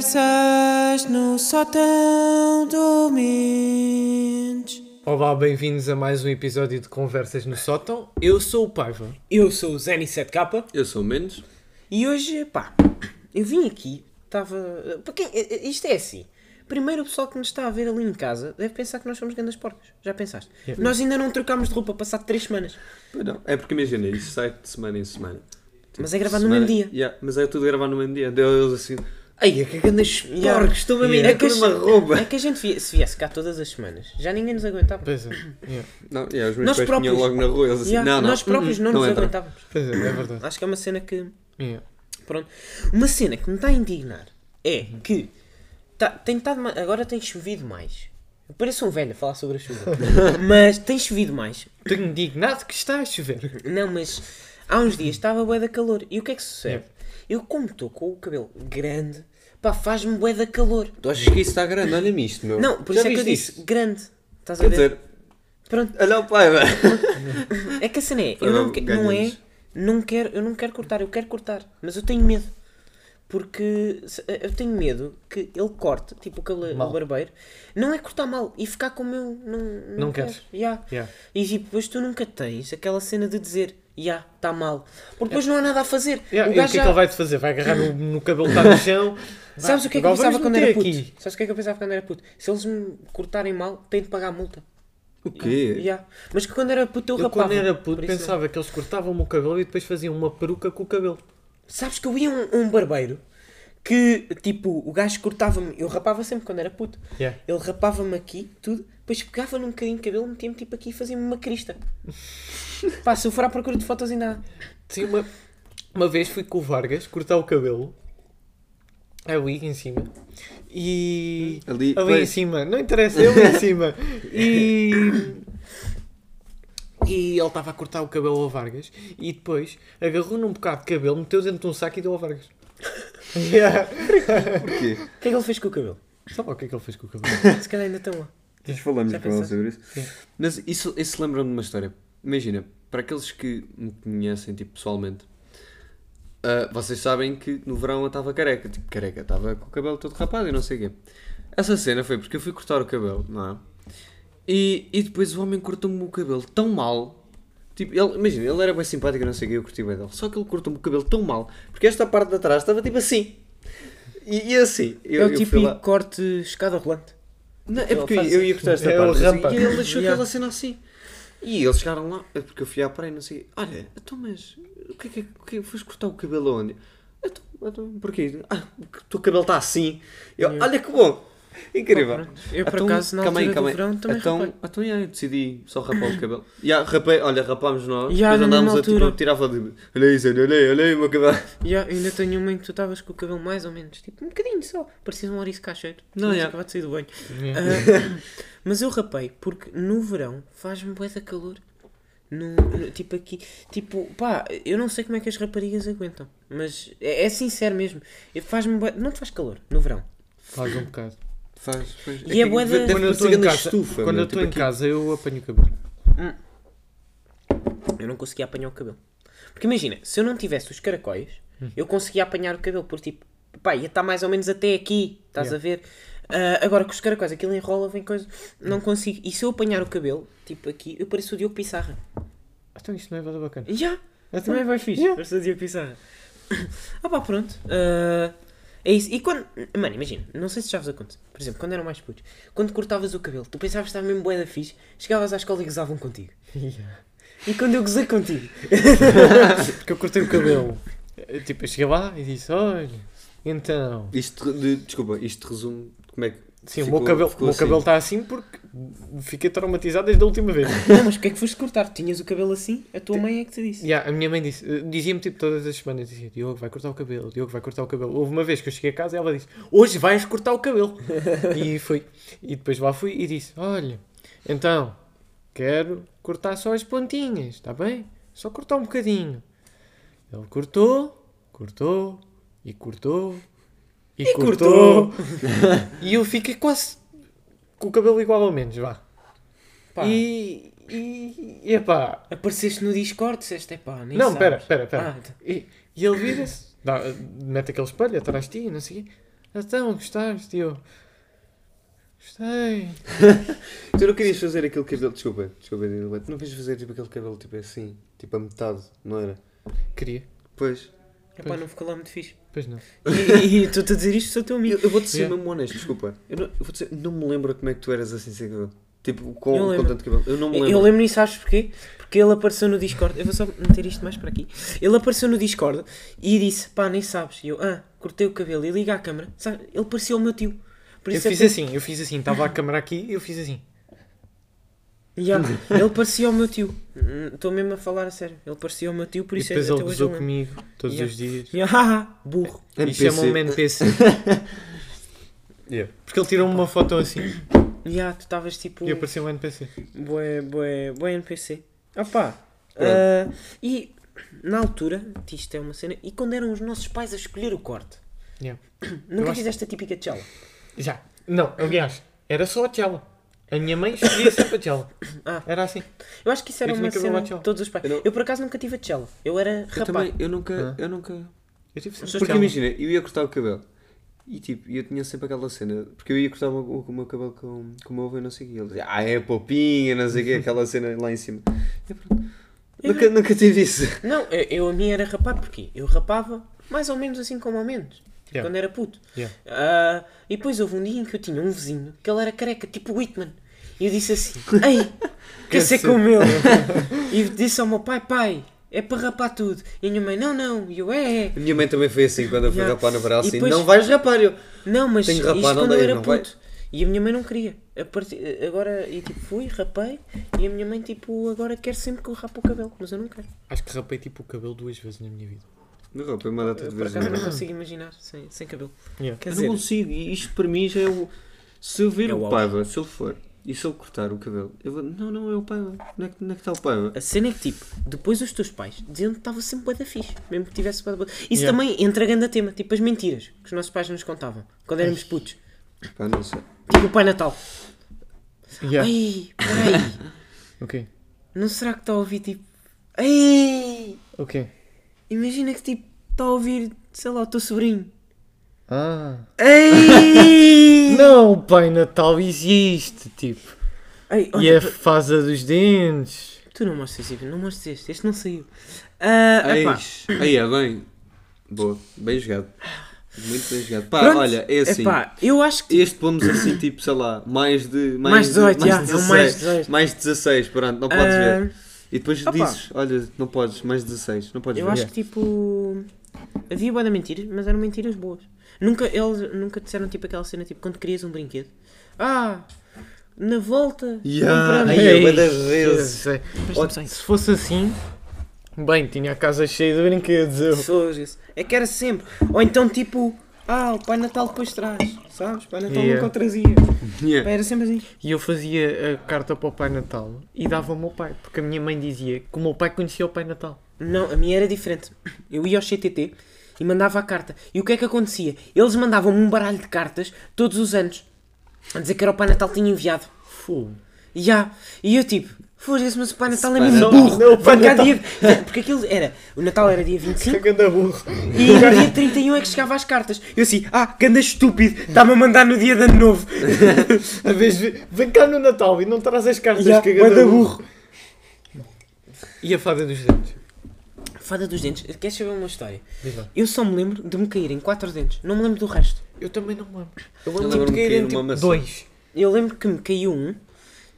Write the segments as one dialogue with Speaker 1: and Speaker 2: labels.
Speaker 1: Conversas no sótão do Mendes.
Speaker 2: Olá, bem-vindos a mais um episódio de Conversas no Sótão. Eu sou o Paiva.
Speaker 3: Eu sou o Zenny 7K
Speaker 4: Eu sou o menos.
Speaker 3: e hoje, pá, eu vim aqui, estava. para quem- eh, eh, Isto é assim. Primeiro, o pessoal que nos está a ver ali em casa deve pensar que nós somos grandes porcas. Já pensaste?
Speaker 4: É
Speaker 3: Nós ainda não trocámos de roupa passado 3 semanas.
Speaker 4: Pois não. É porque imagina, isto sai de semana em semana. Tipo,
Speaker 3: Mas é gravado no mesmo dia.
Speaker 4: Yeah, mas é tudo gravado no mesmo dia. Deu eles assim. Ai, é que grandes
Speaker 3: Yeah.
Speaker 4: porcos, estou a
Speaker 3: É
Speaker 4: mirar
Speaker 3: que
Speaker 4: com
Speaker 3: a
Speaker 4: uma
Speaker 3: gente-
Speaker 4: roupa.
Speaker 3: É que a gente, vi- se viesse cá todas as semanas, já ninguém nos aguentava.
Speaker 2: Pois é, yeah,
Speaker 4: Não, yeah, os meus
Speaker 3: Nós
Speaker 4: pais tinham
Speaker 3: próprios.
Speaker 4: logo na rua. Eles assim,
Speaker 3: Yeah,
Speaker 4: não, não.
Speaker 3: Nós próprios não,
Speaker 4: não
Speaker 3: nos
Speaker 4: entra.
Speaker 3: aguentávamos.
Speaker 2: pois é, é verdade.
Speaker 3: Acho que é uma cena que.
Speaker 2: Yeah.
Speaker 3: Pronto. Uma cena que me está a indignar é que tá, tem estado ma- agora tem chovido mais. Eu Pareço um velho a falar sobre a chuva. mas tem chovido mais.
Speaker 2: Estou indignado que está a chover.
Speaker 3: Não, mas há uns dias estava bué da calor. E o que é que sucede? Eu como estou com o cabelo grande, pá, faz-me bué da calor.
Speaker 4: Tu achas que isso está grande? Olha-me isto, meu.
Speaker 3: Não, por
Speaker 4: Já
Speaker 3: isso é que eu
Speaker 4: viste
Speaker 3: disse
Speaker 4: isto?
Speaker 3: grande. Estás a
Speaker 4: Quer
Speaker 3: ver?
Speaker 4: dizer,
Speaker 3: Pronto.
Speaker 4: olha o pai, velho.
Speaker 3: É que a cena é, eu
Speaker 4: Para
Speaker 3: não, que- não é,
Speaker 4: ganhamos.
Speaker 3: não quero, eu não quero cortar, eu quero cortar, mas eu tenho medo. Porque se- eh, eu tenho medo que ele corte, tipo o cabelo
Speaker 2: Mal.
Speaker 3: o barbeiro, não é cortar mal e ficar como eu não, não,
Speaker 2: Não
Speaker 3: quero.
Speaker 2: queres.
Speaker 3: Ya.
Speaker 2: Yeah.
Speaker 3: E tipo, depois tu nunca tens aquela cena de dizer, já, está mal. Porque depois não há nada a fazer.
Speaker 2: Yeah,
Speaker 3: o
Speaker 2: e o
Speaker 3: gajo
Speaker 2: que é
Speaker 3: já...
Speaker 2: que ele vai te fazer? Vai agarrar no, no cabelo que está no chão? Vá,
Speaker 3: Sabes o que é que eu
Speaker 2: agora
Speaker 3: pensava
Speaker 2: vamos
Speaker 3: quando era
Speaker 2: meter
Speaker 3: puto?
Speaker 2: aqui.
Speaker 3: Sabes o que é que eu pensava quando era puto? Se eles me cortarem mal, tenho de pagar a multa.
Speaker 4: O quê?
Speaker 3: Ya. Mas que quando era puto eu,
Speaker 2: Eu
Speaker 3: rapava.
Speaker 2: quando era
Speaker 3: por
Speaker 2: puto
Speaker 3: isso é. não.
Speaker 2: pensava que eles cortavam-me o cabelo e depois faziam uma peruca com o cabelo.
Speaker 3: Sabes que eu ia a um, a um barbeiro que, tipo, o gajo cortava-me. Eu rapava sempre quando era puto.
Speaker 2: Yeah.
Speaker 3: Ele rapava-me aqui, tudo. Depois pegava num bocadinho de cabelo, metia-me tipo aqui e fazia-me uma crista. Pá, se eu for à procura de fotos ainda há.
Speaker 2: Sim, uma, uma vez fui com o Vargas cortar o cabelo. Ali em cima. E.
Speaker 4: Ali,
Speaker 2: em
Speaker 4: pois.
Speaker 2: cima. Não interessa, ali em cima. E. E ele estava a cortar o cabelo ao Vargas. E depois agarrou num bocado de cabelo, meteu dentro de um saco e deu ao Vargas. Yeah.
Speaker 4: Porquê?
Speaker 3: O que é que ele fez com o cabelo?
Speaker 2: Sabe lá o que é que ele fez com o cabelo?
Speaker 3: Se calhar ainda estão lá.
Speaker 4: Nós falamos
Speaker 3: Já
Speaker 4: com ela
Speaker 3: pensaste?
Speaker 4: sobre isso.
Speaker 2: Sim.
Speaker 4: Mas isso, isso lembra-me de uma história. Imagina, para aqueles que me conhecem tipo, pessoalmente, ah, vocês sabem que no verão eu estava careca. Tipo, careca, estava com o cabelo todo rapado e não sei o quê. Essa cena foi porque eu fui cortar o cabelo, não é? E, e depois o homem cortou-me o cabelo tão mal. Tipo, ele, imagina, ele era bem simpático, eu não sei o que, eu curti bem dele. Só que ele cortou-me o cabelo tão mal, porque esta parte de trás estava tipo assim. E, e assim, eu,
Speaker 3: é o
Speaker 4: eu
Speaker 3: típico
Speaker 4: fui lá.
Speaker 3: corte escada rolante.
Speaker 4: Não, é porque
Speaker 3: faz-
Speaker 4: eu ia cortar esta
Speaker 2: é o
Speaker 4: parte assim,
Speaker 2: rampa.
Speaker 4: e ele deixou
Speaker 3: Yeah.
Speaker 4: aquela cena assim. E eles chegaram lá, é porque eu fui à praia e não sei. Olha, então, mas o que é que, o que é que foste cortar o cabelo aonde? Então, então, porquê? Ah, o que- o teu cabelo está assim. Eu, Olha que bom! Incrível.
Speaker 3: Eu, por
Speaker 4: Então,
Speaker 3: acaso, na
Speaker 4: calma aí,
Speaker 3: altura do
Speaker 4: calma aí.
Speaker 3: verão, também
Speaker 4: então,
Speaker 3: rapei.
Speaker 4: Então, yeah, eu decidi só rapar o cabelo. Yeah, rapei, olha, rapámos nós.
Speaker 3: Yeah,
Speaker 4: depois
Speaker 3: na
Speaker 4: andámos
Speaker 3: mesma
Speaker 4: a tipo,
Speaker 3: altura.
Speaker 4: eu tirava de. Olha isso, olha, olha, olha aí o meu cabelo.
Speaker 3: E há- ainda tenho uma em que tu estavas com o cabelo mais ou menos, tipo, um bocadinho só. Parecia um ouriço cacheiro.
Speaker 4: Não,
Speaker 3: Não,
Speaker 4: é.
Speaker 3: é. Acabado de sair do banho. Ah, mas eu rapei, porque no verão faz-me bué da calor. No, no- tipo aqui, tipo, pá, eu não sei como é que as raparigas aguentam, mas é, é sincero mesmo. Eu- Faz-me bué- não te faz calor no verão.
Speaker 2: Faz um bocado.
Speaker 4: Faz, faz.
Speaker 3: E é bué da-
Speaker 4: Deve
Speaker 2: Quando eu estou
Speaker 4: parecer
Speaker 2: em,
Speaker 4: grande
Speaker 2: casa,
Speaker 4: estufa.
Speaker 2: quando
Speaker 4: meu,
Speaker 2: eu estou
Speaker 4: tipo
Speaker 2: em
Speaker 4: aqui.
Speaker 2: casa, eu apanho o cabelo.
Speaker 3: Eu não conseguia apanhar o cabelo. Porque imagina, se eu não tivesse os caracóis, eu conseguia apanhar o cabelo, porque tipo, pá, ia estar mais ou menos até aqui, estás
Speaker 2: Yeah.
Speaker 3: a ver? Ah, agora com os caracóis, aquilo enrola, vem coisa, não consigo. E se eu apanhar o cabelo, tipo aqui, eu pareço o Diogo Pissarra.
Speaker 2: Então isto não é nada bacana.
Speaker 3: Já!
Speaker 2: Então,
Speaker 3: Também vai fixe,
Speaker 2: Yeah.
Speaker 3: pareço o Diogo Pissarra. ah pá, pronto. Ah, é isso. E quando. Mano, imagina, não sei se já vos acontece. Por exemplo, quando eram mais putos, quando cortavas o cabelo, tu pensavas que estava mesmo bué da fixe, chegavas à escola e gozavam contigo.
Speaker 2: Yeah.
Speaker 3: E quando eu gozei contigo,
Speaker 2: Porque eu cortei o cabelo. Eh, Tipo, eu cheguei lá e disse, olha, então...
Speaker 4: Isto, de- desculpa, isto resume como é que.
Speaker 2: Sim,
Speaker 4: ficou-
Speaker 2: o meu cabelo o
Speaker 4: ficou
Speaker 2: meu
Speaker 4: assim.
Speaker 2: cabelo está assim porque fiquei traumatizado desde a última vez.
Speaker 3: Não, mas porque é que foste cortar? Tinhas o cabelo assim? A tua mãe é que te disse.
Speaker 2: Yeah, a minha mãe disse, eh, dizia-me tipo todas as semanas, dizia, Diogo vai cortar o cabelo, Diogo vai cortar o cabelo. Houve uma vez que eu cheguei a casa e ela disse, hoje vais cortar o cabelo. e foi. E depois lá fui e disse, olha, então, quero cortar só as pontinhas, está bem? Só cortar um bocadinho. Ele cortou, cortou, e cortou, e, cortou. e eu fiquei quase com o cabelo igual ao menos, vá.
Speaker 3: Pá.
Speaker 2: E, e, e epá,
Speaker 3: Apareceste no Discord, disseste, é pá, nem
Speaker 2: não,
Speaker 3: sabes."
Speaker 2: pera, pera, pera.
Speaker 3: Ah, tá.
Speaker 2: E, e ele vira-se, dá- mete aquele espelho atrás de ti, e não sei o quê. Então, gostaste? E eu. Gostei.
Speaker 4: Tu não querias fazer aquele cabelo, desculpa, desculpa, Daniel, tu não querias fazer tipo aquele cabelo tipo assim, tipo a metade, não era?
Speaker 2: Queria.
Speaker 4: Pois.
Speaker 3: Epá, não ficou lá muito fixe.
Speaker 2: Pois não.
Speaker 3: E e estou-te a dizer isto, sou teu
Speaker 4: Eu,
Speaker 3: amigo.
Speaker 4: eu vou-te ser
Speaker 2: Yeah.
Speaker 4: mesmo honesto, desculpa. Eu, não, eu vou dizer, não me lembro como é que tu eras assim sem cabelo. Tipo, com,
Speaker 3: Eu
Speaker 4: com
Speaker 3: lembro.
Speaker 4: tanto cabelo. Eu não me lembro.
Speaker 3: Eu lembro nisso, sabes porquê? Porque ele apareceu no Discord. Eu vou só meter isto mais para aqui. Ele apareceu no Discord e disse: pá, nem sabes. E eu, ah, cortei o cabelo e liga a câmera. Sabe? Ele parecia o meu tio. Por
Speaker 2: Eu
Speaker 3: isso é
Speaker 2: fiz
Speaker 3: que-
Speaker 2: assim, eu fiz assim. Estava a câmera aqui e eu fiz assim.
Speaker 3: Ya, Ele parecia o meu tio. Hum, Estou mesmo a falar a sério. Ele parecia o meu tio, por
Speaker 2: E
Speaker 3: isso
Speaker 2: depois
Speaker 3: é
Speaker 2: ele
Speaker 3: até hoje
Speaker 2: gozou
Speaker 3: eu lembro.
Speaker 2: comigo todos
Speaker 3: Yeah.
Speaker 2: os dias.
Speaker 3: Ya, haha, burro.
Speaker 2: E
Speaker 4: é
Speaker 2: chamou-me NPC.
Speaker 4: Yeah.
Speaker 2: Porque ele tirou-me uma foto assim
Speaker 3: Ya, tu estavas tipo.
Speaker 2: e apareceu um NPC.
Speaker 3: Bué, bué, bué NPC. Opa!
Speaker 4: Pronto.
Speaker 3: ah, e na altura, isto é uma cena, e quando eram os nossos pais a escolher o corte?
Speaker 2: Yeah.
Speaker 3: Nunca
Speaker 2: acho-
Speaker 3: fizeste a típica tchela?
Speaker 2: Já. Não, aliás, era só a tela. A minha mãe escolhia sempre a tela.
Speaker 3: Ah.
Speaker 2: Era assim.
Speaker 3: Eu acho que isso era
Speaker 2: Eu tinha
Speaker 3: uma
Speaker 2: que haver uma
Speaker 3: cena
Speaker 2: tchela.
Speaker 3: de todos os pais.
Speaker 4: Eu
Speaker 3: Eu,
Speaker 4: não-
Speaker 3: por acaso nunca tive a tchela. Eu era rapaz.
Speaker 4: Eu também, eu nunca, eu nunca.
Speaker 2: Eu tive sempre
Speaker 4: Ah. Porque
Speaker 2: tchela.
Speaker 4: imagina, eu ia cortar o cabelo. E tipo, eu tinha sempre aquela cena, porque eu ia cortar o meu, o meu cabelo com, com o meu avô e não sei o quê. Ele dizia, ah, é popinha, não sei o quê, aquela cena lá em cima. E pronto. Nunca, nunca tive isso.
Speaker 3: Não, eu, eu a minha era rapar porquê? Eu rapava mais ou menos assim como ao menos. Tipo,
Speaker 2: Yeah.
Speaker 3: Quando era puto.
Speaker 2: Yeah.
Speaker 3: Ah, e depois houve um dia em que eu tinha um vizinho que ele era careca, tipo Whitman. E eu disse assim: Ei, quer ser
Speaker 2: ser.
Speaker 3: como ele? e disse ao meu pai: Pai, é para rapar tudo. E a minha mãe: Não, não. E eu: É, é.
Speaker 4: A minha mãe também foi assim, quando eu fui
Speaker 3: Yeah.
Speaker 4: rapar na
Speaker 3: E
Speaker 4: braça, assim,
Speaker 3: depois-
Speaker 4: não vais rapar. Eu,
Speaker 3: Não, mas
Speaker 4: Tenho
Speaker 3: isto
Speaker 4: que rapar, não
Speaker 3: quando eu
Speaker 4: dei,
Speaker 3: era
Speaker 4: não
Speaker 3: puto.
Speaker 4: vai.
Speaker 3: E a minha mãe não queria. A partir- agora, e tipo, fui, rapei. E a minha mãe, tipo, agora quer sempre que eu rapo o cabelo. Mas eu não quero.
Speaker 2: Acho que rapei tipo o cabelo duas vezes na minha vida.
Speaker 4: não rapei uma data
Speaker 3: Eu,
Speaker 4: de
Speaker 3: por
Speaker 4: vezes.
Speaker 3: acaso, não
Speaker 4: não.
Speaker 3: consigo imaginar sem, sem cabelo.
Speaker 2: Yeah.
Speaker 3: Quer
Speaker 4: Eu
Speaker 3: dizer,
Speaker 4: não consigo, e isto para mim já é o. Se eu ver
Speaker 3: É o
Speaker 4: o
Speaker 3: auge.
Speaker 4: Paiva, se ele for, e se ele cortar o cabelo, eu vou. Não, não, é o Paiva. Onde é que, onde é que está o Paiva?
Speaker 3: A cena é que, tipo, depois os teus pais diziam que estava sempre bué da fixe, mesmo que tivesse bué da boa. Isso
Speaker 2: Yeah.
Speaker 3: também entra grande a tema, tipo as mentiras que os nossos pais nos contavam quando éramos putos.
Speaker 4: É Pá, não sei.
Speaker 3: Tipo o Pai Natal.
Speaker 2: Yeah.
Speaker 3: Ai, peraí,
Speaker 2: Ok.
Speaker 3: não será que está a ouvir tipo. Ai,
Speaker 2: Ok.
Speaker 3: imagina que tipo está a ouvir, sei lá, o teu sobrinho.
Speaker 2: Ah.
Speaker 3: Ai,
Speaker 2: Não, o Pai Natal existe, tipo.
Speaker 3: Ai
Speaker 2: E
Speaker 3: olha,
Speaker 2: a fase dos dentes.
Speaker 4: é-
Speaker 3: tu não mostras isso, não mostras este, este não saiu. Ah, epá.
Speaker 4: Eis. Aí é bem. Boa, bem jogado. Muito bem jogado. Pá,
Speaker 3: Pronto,
Speaker 4: olha, é assim.
Speaker 3: epá, eu acho que.
Speaker 4: Este pomos assim, tipo, sei lá, mais de.
Speaker 3: Mais 18,
Speaker 4: de,
Speaker 3: já, é um mais 18.
Speaker 4: mais 16, pronto, não podes
Speaker 3: ah,
Speaker 4: ver. E depois
Speaker 3: opa.
Speaker 4: dizes, olha, não podes, mais 16, não podes
Speaker 3: Eu
Speaker 4: ver.
Speaker 3: acho que tipo. Havia boa de mentiras, mas eram mentiras boas. Nunca, eles nunca disseram tipo aquela cena tipo quando querias um brinquedo. Ah! Na volta!
Speaker 4: Yeah,
Speaker 3: compramos-
Speaker 4: aí é bué das
Speaker 2: Ei,
Speaker 4: vezes.
Speaker 2: sei.
Speaker 3: Presta-me só isso.
Speaker 2: é, Se fosse assim, bem, tinha a casa cheia de brinquedos. Eu.
Speaker 3: Pessoas, isso. É que era sempre. Ou então tipo. Ah, o Pai Natal depois traz. Sabes? O Pai Natal
Speaker 2: Yeah.
Speaker 3: nunca o trazia. Pá,
Speaker 4: Yeah.
Speaker 3: Era sempre assim.
Speaker 2: E eu fazia a carta para o Pai Natal e dava ao meu pai, porque a minha mãe dizia que o meu pai conhecia o Pai Natal.
Speaker 3: Não, a minha era diferente. Eu ia ao CTT e mandava a carta. E o que é que acontecia? Eles mandavam-me um baralho de cartas todos os anos. A dizer que era o Pai Natal que tinha enviado.
Speaker 2: Fu.
Speaker 3: Ya, E eu tipo, foda-se, mas o Pai Natal é
Speaker 4: Pai
Speaker 3: mesmo
Speaker 4: Natal-
Speaker 3: burro.
Speaker 2: Não, o Pai
Speaker 3: Vai cá
Speaker 2: Natal-
Speaker 3: dia- Porque aquilo era, o Natal era dia 25
Speaker 2: ganda burro.
Speaker 3: e no dia 31 é que chegava às cartas. Eu assim, ah, ganda estúpido, está-me a mandar no dia de ano novo.
Speaker 2: A vez de- vem cá no Natal e não traz as cartas
Speaker 3: Ya,
Speaker 2: que é
Speaker 3: bué
Speaker 2: ganda
Speaker 3: da
Speaker 2: burro. E a fada dos dentes?
Speaker 3: Fada dos dentes, queres saber uma história?
Speaker 2: Diz lá.
Speaker 3: Eu só me lembro de me caírem quatro dentes, não me lembro do resto.
Speaker 2: Eu também não me lembro. Eu
Speaker 4: Eu
Speaker 2: lembro-me
Speaker 4: lembro-me
Speaker 2: de
Speaker 4: de
Speaker 2: caírem
Speaker 4: cair uma
Speaker 2: tipo
Speaker 4: maçã.
Speaker 2: dois.
Speaker 3: Eu lembro que me caiu um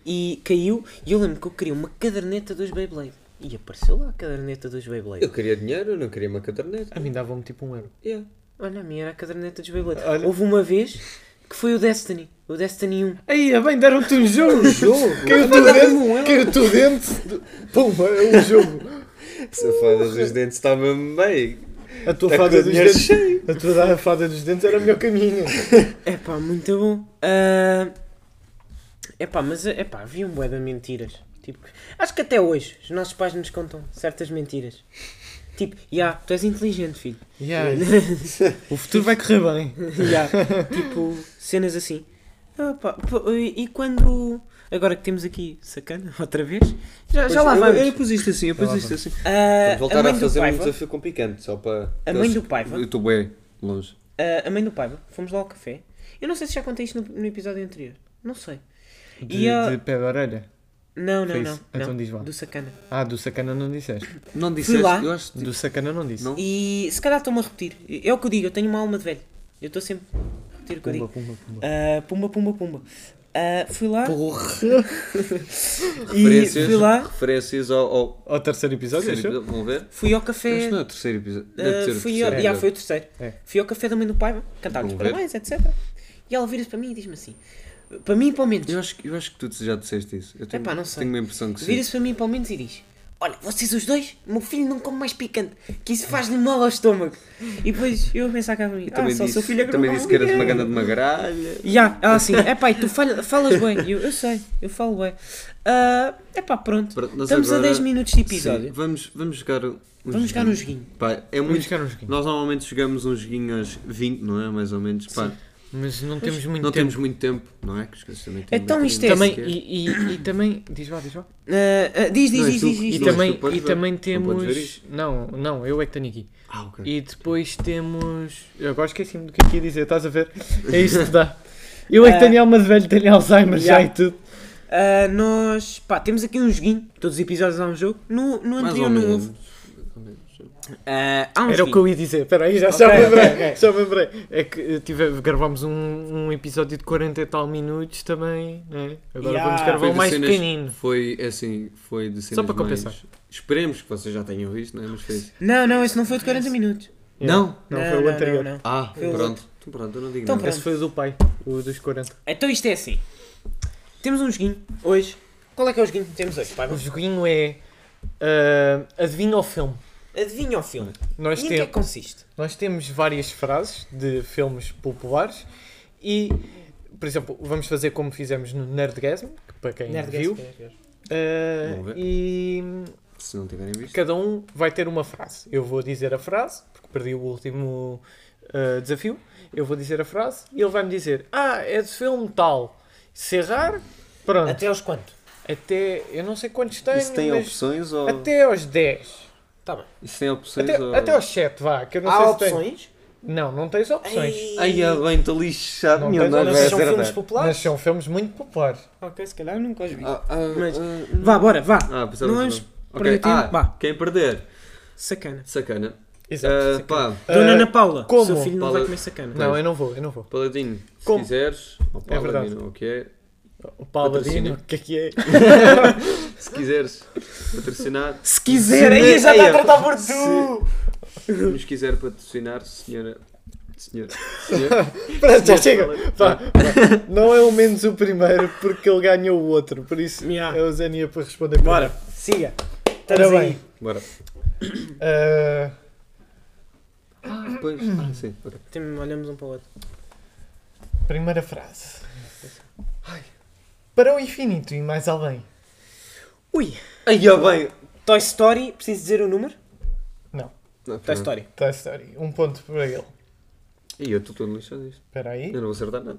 Speaker 3: e caiu, e eu lembro que eu queria uma caderneta dos Beyblade. E apareceu lá a caderneta dos Beyblade.
Speaker 4: Eu queria dinheiro, eu não queria uma caderneta.
Speaker 2: A mim davam-me tipo um euro.
Speaker 4: Yeah.
Speaker 3: Olha, a minha era a caderneta dos Beyblade.
Speaker 2: Olha.
Speaker 3: Houve uma vez que foi o Destiny, o Destiny 1.
Speaker 2: Aí, é bem, deram-te um jogo. jogo. Ah, Caiu-te o dente. Caiu-te o dente. Pumba, é um jogo.
Speaker 4: Safadas dos dentes está mesmo bem.
Speaker 2: A tua
Speaker 4: Tá com
Speaker 2: fada
Speaker 4: o
Speaker 2: dos
Speaker 4: dinheiro
Speaker 2: dentes. A tua fada dos dentes era melhor que a minha.
Speaker 3: É pá, muito bom. Ah, É pá, mas é pá, havia um bué de mentiras. Tipo, acho que até hoje os nossos pais nos contam certas mentiras. Tipo, já, tu és inteligente, filho.
Speaker 2: É O futuro vai correr bem.
Speaker 3: Ya, Tipo, cenas assim. Ah, pá, pô, e, e quando. Agora que temos aqui sacana, outra vez, já, já lá
Speaker 4: eu,
Speaker 3: vamos.
Speaker 4: Eu, pus isto assim, eu pus isto assim.
Speaker 3: Ah,
Speaker 4: Vamos voltar
Speaker 3: a
Speaker 4: a,
Speaker 3: mãe do
Speaker 4: fazer um
Speaker 3: Paiva,
Speaker 4: desafio com picante, só para.
Speaker 3: A mãe do Paiva.
Speaker 4: Eu estou bem longe.
Speaker 3: ah, a mãe do Paiva, fomos lá ao café. Eu não sei se já contei isto no, no episódio anterior. Não sei.
Speaker 2: De,
Speaker 3: E a-
Speaker 2: de pé da orelha.
Speaker 3: Não, não,
Speaker 2: Foi
Speaker 3: não.
Speaker 2: isso. Então
Speaker 3: não.
Speaker 2: diz lá.
Speaker 3: Do sacana.
Speaker 2: Ah, do sacana não disseste.
Speaker 4: Não disseste,
Speaker 3: lá.
Speaker 4: eu acho que
Speaker 2: Do sacana não disse.
Speaker 4: Não.
Speaker 3: E se calhar estou-me a repetir. É o que eu digo, eu tenho uma alma de velho. Eu estou sempre a repetir o que eu
Speaker 2: Pumba,
Speaker 3: digo.
Speaker 2: pumba, pumba.
Speaker 3: Ah, pumba, pumba, pumba. Ah, fui lá
Speaker 4: Porra.
Speaker 3: e
Speaker 4: Referências,
Speaker 3: fui lá,
Speaker 4: referências ao, ao
Speaker 2: Ao terceiro episódio,
Speaker 4: terceiro
Speaker 2: achou?
Speaker 4: episódio. Vão ver?
Speaker 3: fui ao
Speaker 4: Este
Speaker 3: café.
Speaker 4: não é o terceiro episódio.
Speaker 3: ah,
Speaker 4: Deve ser
Speaker 3: Eh, fui, ao,
Speaker 4: o terceiro
Speaker 3: já,
Speaker 4: episódio.
Speaker 3: foi o terceiro.
Speaker 2: É.
Speaker 3: Fui ao café da mãe do Paiva, cantar-lhes
Speaker 4: Vamos ver.
Speaker 3: parabéns, etc. E ela vira-se para mim e diz-me assim: para mim, pelo menos.
Speaker 4: Eu acho, que- eu acho que tu já disseste isso. Eu tenho,
Speaker 3: Epá, não sei.
Speaker 4: tenho uma impressão que sim.
Speaker 3: Vira-se para mim, pelo menos, e diz: Olha, vocês os dois, meu filho não come mais picante, que isso faz-lhe mal ao estômago. E depois eu a pensar cá para mim: Ah,
Speaker 4: Também
Speaker 3: só o seu
Speaker 4: disse,
Speaker 3: filho é que
Speaker 4: também
Speaker 3: não
Speaker 4: disse que
Speaker 3: come
Speaker 4: eras uma
Speaker 3: picante."
Speaker 4: ganda de uma gralha.
Speaker 3: E há, ela assim: É pai, tu falha- falas bem. E eu, eu sei, eu falo bem. É pá, pronto.
Speaker 4: Pronto, nós
Speaker 3: Estamos a
Speaker 4: agora-
Speaker 3: 10 minutos de
Speaker 4: Sim,
Speaker 3: episódio.
Speaker 4: vamos, vamos jogar um
Speaker 3: Vamos jogar um joguinho.
Speaker 4: Pá, é
Speaker 2: Vamos
Speaker 4: muito...
Speaker 2: jogar um joguinho.
Speaker 4: Nós normalmente jogamos um joguinho às 20, não é? Mais ou menos. Pá,
Speaker 2: Mas não temos muito
Speaker 4: não
Speaker 2: tempo.
Speaker 4: temos muito tempo, não é? Que as coisas também têm
Speaker 3: Então
Speaker 4: muito
Speaker 3: isto
Speaker 4: tempo.
Speaker 3: é-
Speaker 2: Também, e, e, e também, diz lá, diz lá.
Speaker 3: Ah, ah, diz, diz,
Speaker 4: Não, és
Speaker 3: diz,
Speaker 4: tu
Speaker 3: diz,
Speaker 4: que-
Speaker 2: E
Speaker 3: diz.
Speaker 4: Não,
Speaker 2: também,
Speaker 4: isto podes
Speaker 2: e
Speaker 4: ver.
Speaker 2: também
Speaker 4: Não podes ver
Speaker 2: temos.
Speaker 4: isto?
Speaker 2: Não, não, eu é que tenho aqui.
Speaker 4: Ah, ok.
Speaker 2: E depois temos. Eu agora esqueci-me do que aqui ia dizer, estás a ver? É isto que dá. Eu é que tenho alma de velho, tenho Alzheimer já e
Speaker 3: Yeah.
Speaker 2: tudo.
Speaker 3: Ah, nós, pá, temos aqui um joguinho. Todos os episódios há um jogo. No, no
Speaker 4: Mais ou
Speaker 3: anterior não
Speaker 4: menos.
Speaker 3: houve. Ah, há um
Speaker 2: Era o
Speaker 3: joguinho.
Speaker 2: que eu ia dizer, espera aí, já, já me lembrei, já me lembrei. É que eh, tive, gravámos um, um episódio de 40 e tal minutos também, né? Agora
Speaker 3: Yeah.
Speaker 2: vamos gravar
Speaker 4: Foi
Speaker 2: um
Speaker 4: de
Speaker 2: mais
Speaker 4: cenas-
Speaker 2: pequenino.
Speaker 4: Foi assim, foi de cenas
Speaker 2: para compensar.
Speaker 4: mais- Esperemos que vocês já tenham visto, não é? Mas foi assim.
Speaker 3: Não, não, esse não foi de 40 minutos.
Speaker 4: Não?
Speaker 2: Não, foi o anterior.
Speaker 3: não, não.
Speaker 4: Ah,
Speaker 3: Foi o
Speaker 4: pronto. Então pronto, eu não digo
Speaker 3: Então
Speaker 4: nada.
Speaker 3: pronto.
Speaker 2: Esse foi o do pai, o dos 40.
Speaker 3: Então isto é assim. Temos um joguinho hoje. Qual é que é o joguinho que temos hoje? Pá,
Speaker 2: O joguinho é. ah, adivinha o filme.
Speaker 3: adivinha o filme.
Speaker 2: Nós,
Speaker 3: e em que é
Speaker 2: tem,
Speaker 3: que consiste?
Speaker 2: nós temos várias frases de filmes populares e, por exemplo, vamos fazer como fizemos no Nerdgasm, que para quem viu. ah,
Speaker 4: Vamos ver.
Speaker 2: e
Speaker 4: Se não tiverem visto.
Speaker 2: Cada um vai ter uma frase. Eu vou dizer a frase, porque perdi o último uh, desafio. Eu vou dizer a frase e ele vai-me dizer: Ah, é do filme tal. Se errar, pronto. Até,
Speaker 3: Até aos quanto?
Speaker 2: eu não sei quantos tenho,
Speaker 4: Isso tem
Speaker 2: mas
Speaker 4: opções ou.
Speaker 2: até aos 10.
Speaker 3: Tá bem.
Speaker 4: Isso tem opções
Speaker 2: Até,
Speaker 4: ou.
Speaker 2: até aos 7, vá, que eu não sei
Speaker 3: Há
Speaker 2: se tenho.
Speaker 3: opções?
Speaker 2: Não, não tens opções.
Speaker 4: Ai, ah, bem, estou lixado. é
Speaker 2: Não
Speaker 4: meu,
Speaker 2: tens-
Speaker 4: não
Speaker 2: não
Speaker 4: vai
Speaker 3: são filmes
Speaker 4: acertar.
Speaker 3: populares?
Speaker 2: Mas são filmes muito populares.
Speaker 3: Ok, se calhar eu nunca os vi.
Speaker 4: Ah, ah,
Speaker 3: Mas-
Speaker 4: ah,
Speaker 3: Vá, bora, vá.
Speaker 4: Ah, pensava
Speaker 3: não
Speaker 4: que
Speaker 3: vamos
Speaker 4: não. Ok,
Speaker 3: perder tempo.
Speaker 4: ah,
Speaker 3: Vá.
Speaker 4: Quem perder?
Speaker 3: Sacana.
Speaker 4: Sacana.
Speaker 2: Exato.
Speaker 4: Ah, pá,
Speaker 3: Dona
Speaker 2: Ah,
Speaker 3: Ana Paula.
Speaker 2: como?
Speaker 3: Seu filho não
Speaker 4: Paula-
Speaker 3: vai comer sacana.
Speaker 2: Não, eu não vou, eu não vou.
Speaker 4: Paladinho, se
Speaker 2: Como?
Speaker 4: quiseres. Ou
Speaker 2: É verdade.
Speaker 4: Paladino, o que é?
Speaker 2: O Paladino,
Speaker 4: Patrocínio.
Speaker 2: o que é que é?
Speaker 4: Se quiseres patrocinar.
Speaker 3: Se quiser, aí já está a tratar por tu.
Speaker 4: Se nos quiser patrocinar, senhora. Senhora. senhora
Speaker 2: Pronto, já
Speaker 4: Sim,
Speaker 2: chega. Vá,
Speaker 4: fala.
Speaker 2: vá. Não é o menos o primeiro porque ele ganhou o outro. Por isso
Speaker 3: Yeah.
Speaker 2: é o Zania para responder. Bora.
Speaker 3: Siga.
Speaker 2: Ora
Speaker 3: Estamos
Speaker 2: bem.
Speaker 3: aí.
Speaker 4: Bora.
Speaker 2: Ah,
Speaker 4: Ah, pois.
Speaker 3: Hum.
Speaker 4: Ah, sim, ok.
Speaker 3: Tem- Olhamos um para o outro.
Speaker 2: primeira frase. Para o infinito e mais além.
Speaker 3: Ui.
Speaker 4: Ai, ah, bem.
Speaker 3: Toy Story, preciso dizer o número?
Speaker 2: Não.
Speaker 3: Toy
Speaker 4: Não, pera.
Speaker 3: Story.
Speaker 2: Toy Story. Um ponto para ele.
Speaker 4: Ih, eu estou todo lixado isto.
Speaker 2: Espera aí.
Speaker 4: Eu não vou acertar nada.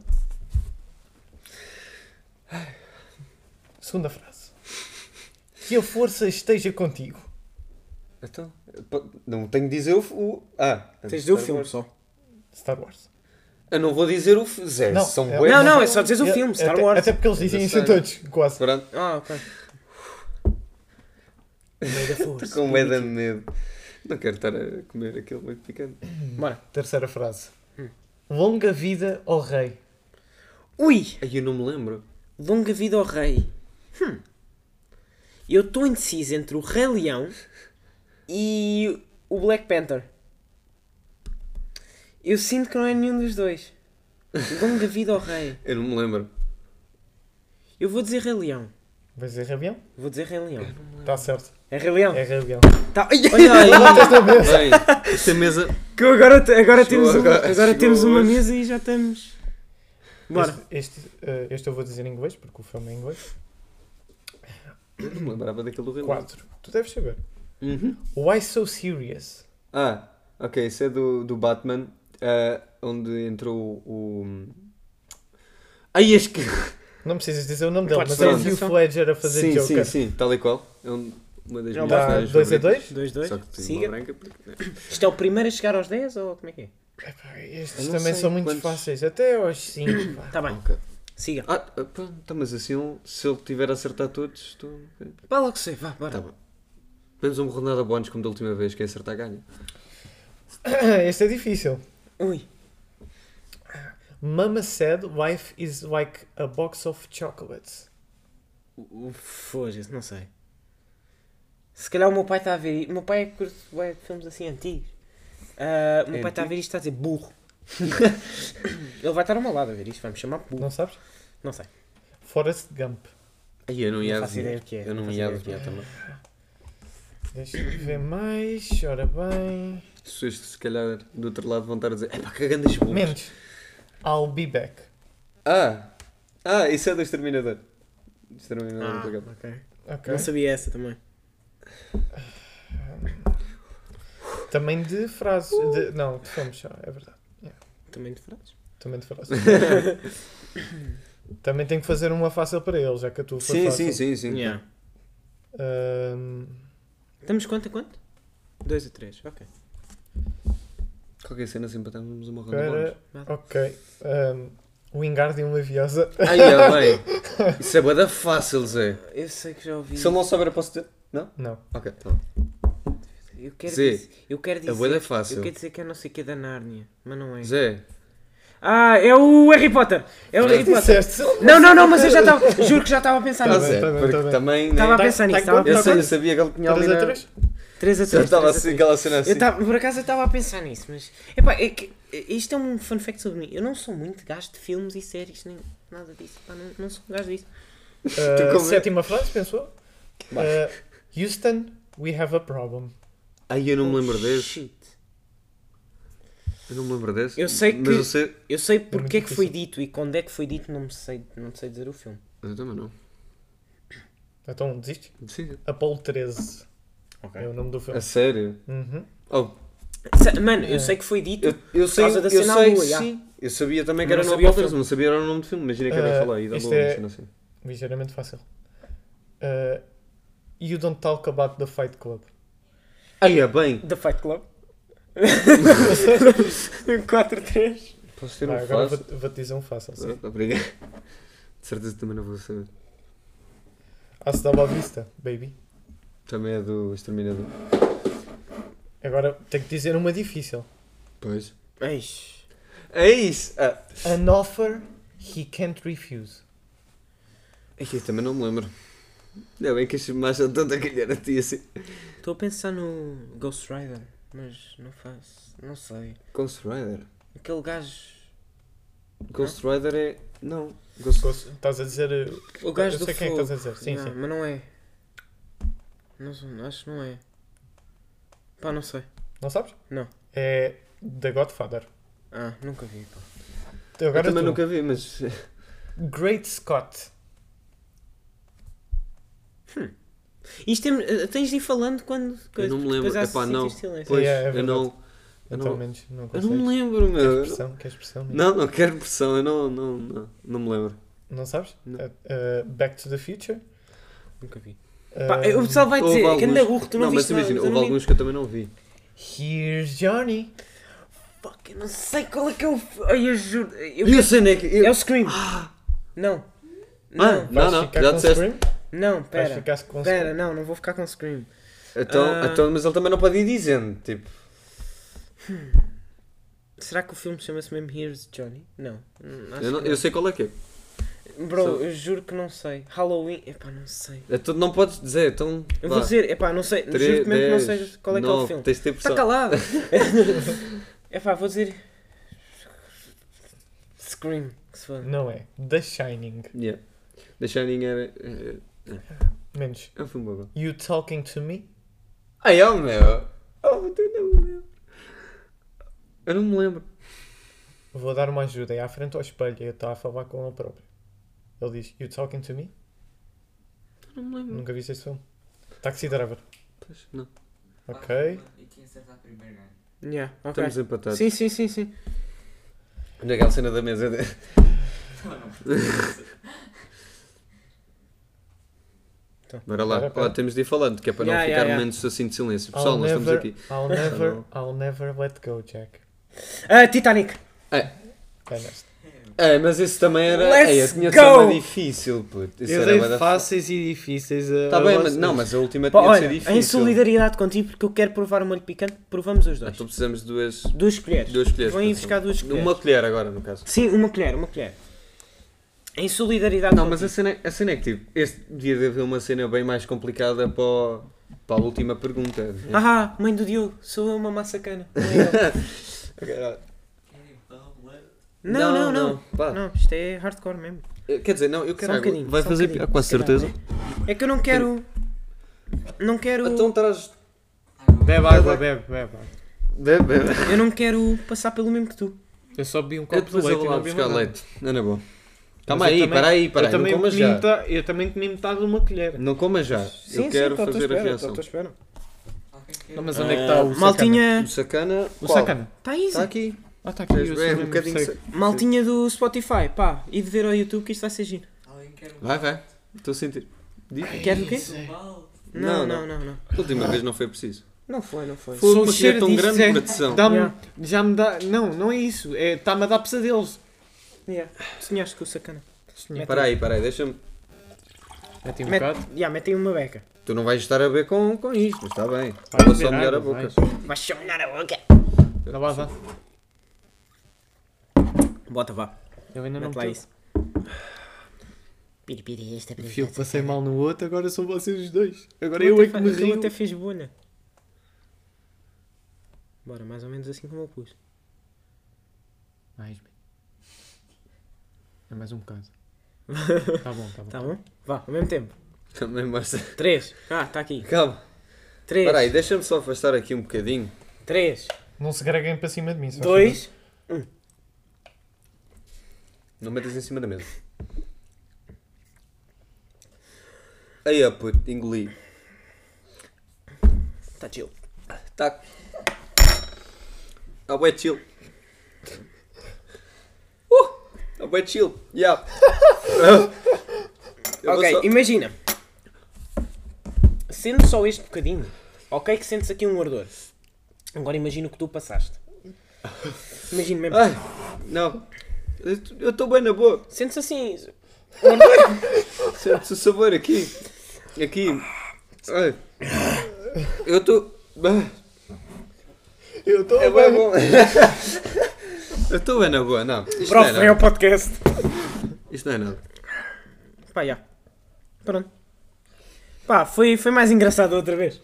Speaker 2: Segunda frase. Que a força esteja contigo.
Speaker 4: Então, pa- não tenho de dizer o. f- o ah,
Speaker 3: Tens de dizer o filme só.
Speaker 2: Star Wars.
Speaker 4: Eu não vou dizer o. f- Zé,
Speaker 2: Não,
Speaker 4: são
Speaker 2: é-
Speaker 4: bué.
Speaker 3: Não, não, é só dizer o
Speaker 2: Eu-
Speaker 3: filme, Star
Speaker 2: até-
Speaker 3: Wars.
Speaker 2: Até porque eles dizem isso a
Speaker 4: Star
Speaker 2: todos, quase.
Speaker 4: Pronto,
Speaker 3: Ah, ok.
Speaker 4: Hum.
Speaker 3: Mega força.
Speaker 4: com medo de medo. Não quero estar a comer aquele muito picante.
Speaker 3: Bora.
Speaker 2: Terceira frase.
Speaker 3: Hum.
Speaker 2: Longa vida ao rei.
Speaker 3: Ui!
Speaker 4: Ai, eu não me lembro.
Speaker 3: Longa vida ao rei. Hum. Eu estou indeciso entre o Rei Leão e o Black Panther. Eu sinto que não é nenhum dos dois. Longa vida ao rei.
Speaker 4: Eu não me lembro.
Speaker 3: Eu vou dizer Rei Leão.
Speaker 2: Vai dizer Rabião?
Speaker 3: Vou dizer Rei Leão.
Speaker 2: Está certo.
Speaker 3: É Rei Leão?
Speaker 2: É Rabião.
Speaker 3: Tá.
Speaker 4: Olha aí,
Speaker 2: Esta vez.
Speaker 4: bem, esta mesa.
Speaker 3: Que agora, te- agora
Speaker 4: Chegou
Speaker 3: temos, um-
Speaker 4: agora,
Speaker 3: agora,
Speaker 4: chegou
Speaker 3: temos uma
Speaker 4: hoje.
Speaker 3: mesa e já estamos. Bora.
Speaker 2: Este, este, eh, este eu vou dizer em inglês, porque o filme é em inglês.
Speaker 4: Eu não me lembrava daquele do Rei Leão.
Speaker 2: 4. Tu deves saber.
Speaker 4: Uhum.
Speaker 2: Why so serious?
Speaker 4: Ah, ok, isso é do, do Batman, ah, onde entrou o. Ai, acho que.
Speaker 2: Não precisas dizer o nome dele,
Speaker 3: Pode
Speaker 2: mas
Speaker 4: ser.
Speaker 2: é o Hugh Fledger a fazer
Speaker 4: Sim, sim,
Speaker 2: Joker.
Speaker 4: sim, tal e qual. É um- uma das
Speaker 3: Já
Speaker 4: minhas
Speaker 2: Dá
Speaker 4: personagens
Speaker 2: 2 a
Speaker 4: favoritas.
Speaker 2: 2?
Speaker 3: 2-2.
Speaker 4: Só que tem
Speaker 3: Siga.
Speaker 4: uma branca. porque-
Speaker 3: Isto é o primeiro a chegar aos 10 ou como é que é?
Speaker 2: Epá, Estes
Speaker 4: Eu não
Speaker 2: também
Speaker 4: sei
Speaker 2: são muito
Speaker 4: quantos-
Speaker 2: fáceis. Até aos 5. pá.
Speaker 3: Tá bem,
Speaker 4: Ok.
Speaker 3: siga.
Speaker 4: Ah, ah, pronto, tá, mas assim, ele- se ele tiver a acertar todos, estou.
Speaker 3: Vá logo sei, vá, bora.
Speaker 4: Tá bom. Temos uma rodada bónus um como da última vez, quem acertar ganha.
Speaker 2: este é difícil.
Speaker 3: Ui,
Speaker 2: Mama said life is like a box of chocolates.
Speaker 3: o- o- foge-se, não sei. Se calhar o meu pai está a ver isto. O meu pai curte bué de filmes assim antigos. Ah, o meu
Speaker 4: É
Speaker 3: pai está a ver isto e está a dizer burro. Ele vai estar ao meu lado a ver isto, vai me chamar burro.
Speaker 2: Não sabes?
Speaker 3: Não sei.
Speaker 2: Forrest Gump.
Speaker 4: Aí eu não ia
Speaker 3: Não faço
Speaker 4: adivinhar.
Speaker 3: ideia o que é,
Speaker 4: Eu
Speaker 3: não
Speaker 4: não
Speaker 3: faço
Speaker 4: ia
Speaker 3: ideia o que é.
Speaker 4: adivinhar também.
Speaker 2: Deixa-me ver mais. Ora bem.
Speaker 4: As pessoas que se calhar do outro lado vão estar a dizer, é pá, cagando as bombas.
Speaker 2: Menos. I'll be back.
Speaker 4: Ah! Ah, isso é do Exterminador. Exterminador
Speaker 2: Ah.
Speaker 4: do Apocalipse.
Speaker 3: Ah, ok.
Speaker 2: Ok.
Speaker 3: Não sabia essa também.
Speaker 2: Também de frases. de- não, de filmes só, é verdade.
Speaker 3: Também de frases.
Speaker 2: Também de frases. Também tenho que fazer uma fácil para ele, já que a tua foi
Speaker 4: Sim,
Speaker 2: fácil.
Speaker 4: sim, sim, sim.
Speaker 3: Yeah.
Speaker 2: Ahm,
Speaker 3: Estamos quanto a quanto? 2 a 3, ok.
Speaker 4: Qualquer cena assim empatamos uma ronda bónus.
Speaker 2: para... Ok. Um, Wingardium Leviosa.
Speaker 4: Ai, ah, bem. Isso é bada fácil, Zé.
Speaker 3: Eu sei que já ouvi.
Speaker 4: Se ele não souber, eu posso ter. Não?
Speaker 2: Não.
Speaker 4: Ok, tá bom.
Speaker 3: Eu quero,
Speaker 4: Zé,
Speaker 3: dizer, eu quero dizer.
Speaker 4: A boeda é
Speaker 3: Eu
Speaker 4: fácil.
Speaker 3: quero dizer que é não sei o que da Nárnia, mas não é.
Speaker 4: Zé,
Speaker 3: Ah, é o Harry Potter! É o Harry Potter!
Speaker 2: Disseste.
Speaker 3: Não, não, não, mas eu já estava. Juro que já estava a pensar
Speaker 4: tá,
Speaker 2: bem,
Speaker 3: nisso.
Speaker 4: Zé.
Speaker 2: tá bem, tá
Speaker 4: Porque
Speaker 2: bem.
Speaker 4: também,
Speaker 3: Tava
Speaker 4: né?
Speaker 3: a pensar nisso,
Speaker 2: tá em
Speaker 3: estava a
Speaker 2: conta,
Speaker 4: Eu
Speaker 3: pensar
Speaker 4: sei, eu
Speaker 3: nisso.
Speaker 4: sabia que ele tinha ali
Speaker 2: 3 a
Speaker 4: na...
Speaker 2: 3?
Speaker 3: 3 a
Speaker 4: Eu
Speaker 3: 3.
Speaker 4: estava assim, aquela cena assim.
Speaker 3: Eu tava, por acaso eu estava a pensar nisso, mas. Epá, é que, é- isto é um fun fact sobre mim. Eu não sou muito gajo de filmes e séries, nem nada disso. Pá, não, não sou um gajo disso.
Speaker 2: Ah,
Speaker 4: como é?
Speaker 2: sétima frase, pensou? Ah, Houston, we have a problem.
Speaker 4: Ai, eu não me lembro
Speaker 3: Oh,
Speaker 4: desse.
Speaker 3: Shit.
Speaker 4: Eu não me lembro desse.
Speaker 3: Eu sei que-
Speaker 4: Mas eu sei...
Speaker 3: Eu sei porque é
Speaker 2: muito
Speaker 3: que foi dito e quando é que foi dito, não me sei, não sei dizer o filme.
Speaker 4: Eu também não.
Speaker 2: Então, desiste?
Speaker 4: Sim.
Speaker 2: Apolo 13.
Speaker 3: Ok.
Speaker 2: É o nome do filme.
Speaker 4: A sério?
Speaker 2: Uhum.
Speaker 4: Oh,
Speaker 3: Se- Mano, eu sei que foi dito.
Speaker 4: eu, eu sei,
Speaker 3: causa da
Speaker 4: eu
Speaker 3: cena à
Speaker 4: sei,
Speaker 3: lua, já.
Speaker 4: sim. Eu sabia também que
Speaker 3: Mas
Speaker 4: era
Speaker 3: não
Speaker 4: no
Speaker 3: sabia o
Speaker 4: Walters,
Speaker 3: filme.
Speaker 4: não sabia era o nome do filme. Imagina que era
Speaker 2: Ah,
Speaker 4: falar aí da
Speaker 2: isto
Speaker 4: lua,
Speaker 2: é-
Speaker 4: uma cena assim.
Speaker 2: Ligeiramente fácil. Ah, you don't talk about the Fight Club.
Speaker 4: Ai, é bem.
Speaker 3: The Fight Club. 4-3.
Speaker 4: Posso ter
Speaker 2: Vai,
Speaker 4: um
Speaker 2: agora
Speaker 4: fácil?
Speaker 2: vou-te vou-te dizer um fácil. sim.
Speaker 4: Ah, Obrigado. De certeza também não vou saber.
Speaker 2: Hasta la vista, baby.
Speaker 4: Também é do Exterminador.
Speaker 2: Agora tenho que dizer uma difícil.
Speaker 4: Pois.
Speaker 3: Eish.
Speaker 4: É isso! Ah.
Speaker 2: An offer he can't refuse.
Speaker 4: Ai, é eu também não me lembro. Ainda bem que este mais tanto a calhar a ti assim.
Speaker 3: Estou a pensar no Ghost Rider, mas não faço. Não sei.
Speaker 4: Ghost Rider.
Speaker 3: Aquele gajo.
Speaker 4: Ghost Rider é. Não. Ghost
Speaker 2: Gosto- Estás a dizer. uh,
Speaker 3: O gajo
Speaker 2: eu
Speaker 3: do
Speaker 2: sei quem é que
Speaker 3: fogo.
Speaker 2: estás a dizer. Sim,
Speaker 3: não,
Speaker 2: sim.
Speaker 3: Mas não é. Não sei, acho que não é. Pá, não sei.
Speaker 2: Não sabes?
Speaker 3: Não.
Speaker 2: É The Godfather.
Speaker 3: Ah, nunca vi. Pá.
Speaker 4: Eu
Speaker 2: Agora
Speaker 4: também
Speaker 2: tu.
Speaker 4: nunca vi, mas.
Speaker 2: Great Scott.
Speaker 3: Isto é, eh, tens de ir falando quando.
Speaker 4: Eu não me lembro.
Speaker 3: depois há
Speaker 4: Epá,
Speaker 3: sítios
Speaker 4: não.
Speaker 3: de silêncio.
Speaker 4: Pois,
Speaker 2: é
Speaker 4: eu
Speaker 2: verdade.
Speaker 4: não. Eu
Speaker 2: Então,
Speaker 4: não-
Speaker 2: menos. Não
Speaker 4: Eu não
Speaker 2: consegues.
Speaker 4: me lembro,
Speaker 2: Queres
Speaker 4: meu.
Speaker 2: pressão? Queres pressão?
Speaker 4: Não, não quero pressão, eu não, não, não, não me lembro.
Speaker 2: Não sabes?
Speaker 4: Não.
Speaker 2: Uh, uh, Back to the Future.
Speaker 3: Nunca vi.
Speaker 2: Um,
Speaker 3: Pá, eh, o pessoal vai dizer, que anda burro, tu não,
Speaker 4: não mas
Speaker 3: viste nada,
Speaker 4: imagina,
Speaker 3: tu
Speaker 4: houve
Speaker 3: não vi-
Speaker 4: alguns que eu também não vi.
Speaker 2: Here's Johnny.
Speaker 3: Fuck, eu não sei qual é que é o. f- Ai, eu juro. eu-
Speaker 4: E o cena é que. eu-
Speaker 3: É o Scream! Não!
Speaker 4: Ah,
Speaker 3: Não,
Speaker 4: não,
Speaker 2: Vais
Speaker 4: não,
Speaker 2: ficar
Speaker 4: já
Speaker 2: com
Speaker 4: disseste.
Speaker 2: Scream?
Speaker 3: não,
Speaker 2: Vais
Speaker 3: pera.
Speaker 2: ficar com
Speaker 3: Pera, não, não vou ficar com Scream.
Speaker 4: Então,
Speaker 3: Ah.
Speaker 4: então, mas ele também não pode ir dizendo, tipo.
Speaker 3: Será que o filme chama-se mesmo Here's Johnny? Não. hum, acho
Speaker 4: Eu, não-
Speaker 3: que
Speaker 4: eu sei qual é que é.
Speaker 3: não. Bro,
Speaker 4: sou-
Speaker 3: eu juro que não sei. Halloween. Epá, não sei.
Speaker 4: Então não podes dizer, então.
Speaker 3: Eu
Speaker 4: vá.
Speaker 3: vou dizer, epá, não sei.
Speaker 4: Três,
Speaker 3: juro que mesmo que não
Speaker 4: dez,
Speaker 3: sei qual é que é o
Speaker 4: nove,
Speaker 3: filme.
Speaker 4: Tens de ter
Speaker 3: Está
Speaker 4: pressão.
Speaker 3: calado! epá, vou dizer. Scream. que se foda.
Speaker 2: Não é. The Shining.
Speaker 4: Yeah. The Shining era. é-
Speaker 2: Menos.
Speaker 4: É um filme bom.
Speaker 2: You talking to me?
Speaker 4: Ai, oh meu! Oh, tu não me lembro. Eu não me lembro.
Speaker 2: Vou dar uma ajuda. É à frente ao espelho. Ele está a falar com ele próprio. Ele diz: You talking to me?
Speaker 4: Eu não me lembro.
Speaker 2: Nunca viste esse filme? Taxi Driver.
Speaker 4: Pois, não.
Speaker 2: Ok.
Speaker 5: E quem acertar primeiro ganha.
Speaker 3: Yeah, ok.
Speaker 4: Estamos empatados.
Speaker 3: Sim, sim, sim, sim.
Speaker 4: Naquela cena da mesa.
Speaker 2: Então,
Speaker 4: Bora lá,
Speaker 2: Espera,
Speaker 4: Ó,
Speaker 2: espera.
Speaker 4: temos de ir falando, que é para não
Speaker 3: Yeah,
Speaker 4: ficar
Speaker 3: yeah, yeah.
Speaker 4: momentos assim de silêncio. Pessoal,
Speaker 2: I'll
Speaker 4: nós
Speaker 2: never,
Speaker 4: estamos aqui.
Speaker 2: I'll never, I'll never let go, Jack.
Speaker 3: Ah, Titanic.
Speaker 2: Ganhaste.
Speaker 4: É, mas esse também era.
Speaker 3: Let's
Speaker 4: é, eu tinha de
Speaker 3: go!
Speaker 4: ser uma difícil, puto. Esse
Speaker 2: Eu
Speaker 4: era
Speaker 2: dei
Speaker 4: uma da-
Speaker 2: fáceis e difíceis. eh, a-
Speaker 4: Tá
Speaker 2: a
Speaker 4: bem, mas,
Speaker 2: vocês.
Speaker 4: não, mas a última
Speaker 3: Pá,
Speaker 4: tinha de
Speaker 3: olha,
Speaker 4: ser difícil.
Speaker 3: em solidariedade contigo, porque eu quero provar o molho picante, provamos os
Speaker 4: Ah,
Speaker 3: dois.
Speaker 4: Então precisamos de duas.
Speaker 3: Duas colheres.
Speaker 4: Duas colheres.
Speaker 3: Vão ir
Speaker 4: portanto.
Speaker 3: buscar duas colheres.
Speaker 4: Uma colher agora, no caso.
Speaker 3: Sim, uma colher, uma colher. Em solidariedade
Speaker 4: Não, mas
Speaker 3: contigo.
Speaker 4: a cena, a cena é que tipo, este devia de haver uma cena bem mais complicada para, o- para a última pergunta. né?
Speaker 3: Ah, mãe do Diogo, sou eu uma massacana. Não, é ele. não, não. Não,
Speaker 4: Pá,
Speaker 3: Não, isto é hardcore mesmo.
Speaker 4: eu- Eh, Quer dizer, não, eu
Speaker 3: Só
Speaker 4: quero
Speaker 3: um
Speaker 4: água.
Speaker 3: bocadinho,
Speaker 4: Vai
Speaker 3: só um
Speaker 4: fazer
Speaker 3: bocadinho.
Speaker 4: pior, com a
Speaker 3: Se calhar,
Speaker 4: certeza.
Speaker 3: É que eu não quero. Não quero.
Speaker 4: Então traz.
Speaker 2: Bebe
Speaker 4: é-
Speaker 2: água, bebe, bebe. água.
Speaker 4: Bebe, bebe.
Speaker 3: Eu não quero passar pelo mesmo que tu.
Speaker 2: Eu só bebi um
Speaker 4: Eu
Speaker 2: copo de
Speaker 4: depois
Speaker 2: leite
Speaker 4: eu
Speaker 2: e
Speaker 4: vou lá
Speaker 2: não bebi
Speaker 4: buscar
Speaker 2: mais nada.
Speaker 4: leite. Não, não é bom.
Speaker 2: Mas
Speaker 4: Calma
Speaker 2: eu
Speaker 4: aí,
Speaker 2: também-
Speaker 4: para aí, para
Speaker 2: eu
Speaker 4: aí. Não
Speaker 2: também
Speaker 4: comas
Speaker 2: comi
Speaker 4: já.
Speaker 2: meta- Eu também comi metade de uma colher.
Speaker 4: Não comas já. eu quero
Speaker 3: tá à tua
Speaker 4: fazer a
Speaker 3: espera,
Speaker 4: reação.
Speaker 3: tá à tua espera.
Speaker 2: Não, mas onde é que
Speaker 4: Ah,
Speaker 2: está o
Speaker 3: Maltinha.
Speaker 4: Hum? O sacana.
Speaker 2: sacana? O
Speaker 4: qual?
Speaker 2: sacana.
Speaker 3: Tá easy.
Speaker 4: Está aqui.
Speaker 2: Ah, está aqui. eu
Speaker 4: É
Speaker 2: sei,
Speaker 4: um bocadinho.
Speaker 2: sei.
Speaker 4: sa-
Speaker 3: Maltinha do Spotify, pá, e de ver ao YouTube que isto vai ser giro.
Speaker 4: Vai, vai. Estou a sentir. Diz.
Speaker 3: Queres o quê? Não,
Speaker 4: Não,
Speaker 3: não, não, não.
Speaker 4: Da última vez não foi preciso.
Speaker 3: Não foi, não foi.
Speaker 2: Só
Speaker 4: Foi
Speaker 2: o
Speaker 4: uma cheiro
Speaker 2: cheiro
Speaker 4: tão
Speaker 2: disso
Speaker 4: grande
Speaker 2: é-
Speaker 4: de proteção.
Speaker 2: Dá-me-
Speaker 3: Yeah.
Speaker 2: Já me dá. Não, não é isso. É, Está-me a dar pesadelos.
Speaker 3: Yeah. Sonhaste com o sacana.
Speaker 2: Senhor.
Speaker 4: Para aí, para aí, deixa-me.
Speaker 2: Mete um
Speaker 3: Mete,
Speaker 2: bocado.
Speaker 3: yeah, mete aí uma beca.
Speaker 4: Tu não vais estar a ver com, com isto, mas está bem.
Speaker 2: Vai
Speaker 4: Vou
Speaker 2: beber
Speaker 4: só molhar
Speaker 2: água,
Speaker 4: a boca.
Speaker 3: Vai chamar a boca.
Speaker 2: Não vai dar.
Speaker 3: Bota, vá.
Speaker 2: Eu ainda não
Speaker 3: Mete lá
Speaker 2: estou.
Speaker 3: isso. Piripiri, esta
Speaker 2: Fio,
Speaker 3: apresentação.
Speaker 2: passei mal no outro, agora são vocês os dois. Agora
Speaker 3: Tu
Speaker 2: eu
Speaker 3: até
Speaker 2: é que
Speaker 3: fa-
Speaker 2: me
Speaker 3: tu
Speaker 2: rio.
Speaker 3: até fez bolha. Bora, mais ou menos assim como eu pus.
Speaker 2: Mais bem. É mais um bocado. Tá bom, tá bom.
Speaker 3: Tá bom? Vá, ao mesmo tempo.
Speaker 4: Também mostra.
Speaker 3: 3. Ah, tá aqui.
Speaker 4: Calma.
Speaker 3: 3.
Speaker 4: Para aí, deixa-me só afastar aqui um bocadinho.
Speaker 3: 3.
Speaker 2: Não se greguem para cima de mim.
Speaker 4: um
Speaker 2: só
Speaker 3: 2.
Speaker 4: Não metas em cima da mesa. Aí, ó, puto, engoli.
Speaker 3: Tá chill.
Speaker 4: Tá. Ah, bué chill. Uh! Ah, bué chill. Yeah. Eu vou
Speaker 3: Ok,
Speaker 4: só-
Speaker 3: imagina. Sendo só este bocadinho, ok que sentes aqui um ardor. Agora imagina o que tu passaste. Imagina mesmo.
Speaker 4: Ai, não. Eu- Eu estou bem na boa.
Speaker 3: Sentes assim.
Speaker 4: Sente-se o sabor aqui. Aqui. Ai. Eu estou.
Speaker 2: assim. Eu estou
Speaker 4: É bem bom. Eu estou bem na boa, não. Isto não é
Speaker 3: Prof, é o
Speaker 4: nada.
Speaker 3: podcast.
Speaker 4: Isto não é nada.
Speaker 3: Pá, já. Pronto. Pá, foi, foi mais engraçado outra vez.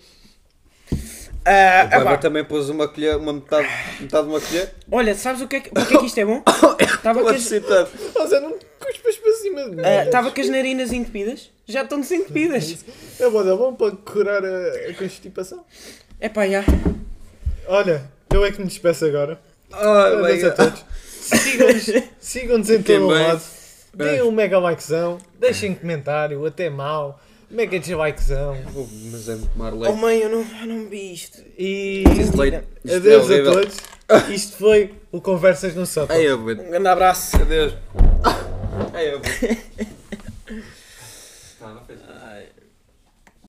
Speaker 3: Ah,
Speaker 2: É
Speaker 4: O
Speaker 3: ah,
Speaker 4: pai
Speaker 3: pá.
Speaker 4: vai também pôs uma colher, uma metade, metade de uma colher.
Speaker 3: Olha, sabes o que é que, porque é que isto é bom?
Speaker 2: Ah,
Speaker 3: Estava com,
Speaker 4: Pode
Speaker 3: as-
Speaker 4: ser tanto.
Speaker 2: Mas eu não cuspas para cima de mim.
Speaker 3: ah, tava com as narinas entupidas. Já estão desentupidas.
Speaker 2: É bom, é bom para curar a, a constipação.
Speaker 3: É pá, já.
Speaker 2: Olha, eu é que me despeço agora.
Speaker 4: Ai,
Speaker 2: Adeus
Speaker 4: vai.
Speaker 2: a todos. Sigam-nos sigam-nos em
Speaker 4: Fiquem
Speaker 2: todo o
Speaker 4: bem.
Speaker 2: lado. Deem um mega likezão. Deixem comentário, até mal. Mega deslikezão.
Speaker 4: Oh, Mas é tomar
Speaker 3: Oh
Speaker 4: leite.
Speaker 3: mãe, eu não, eu não vi isto.
Speaker 2: E
Speaker 4: Isto leite. Isto é
Speaker 2: Oh, adeus a
Speaker 4: horrível.
Speaker 2: todos. Isto foi o Conversas no Sótão.
Speaker 4: Ai, eu vou.
Speaker 3: Um grande abraço.
Speaker 4: Adeus. Ai, eu vou.
Speaker 2: Tá,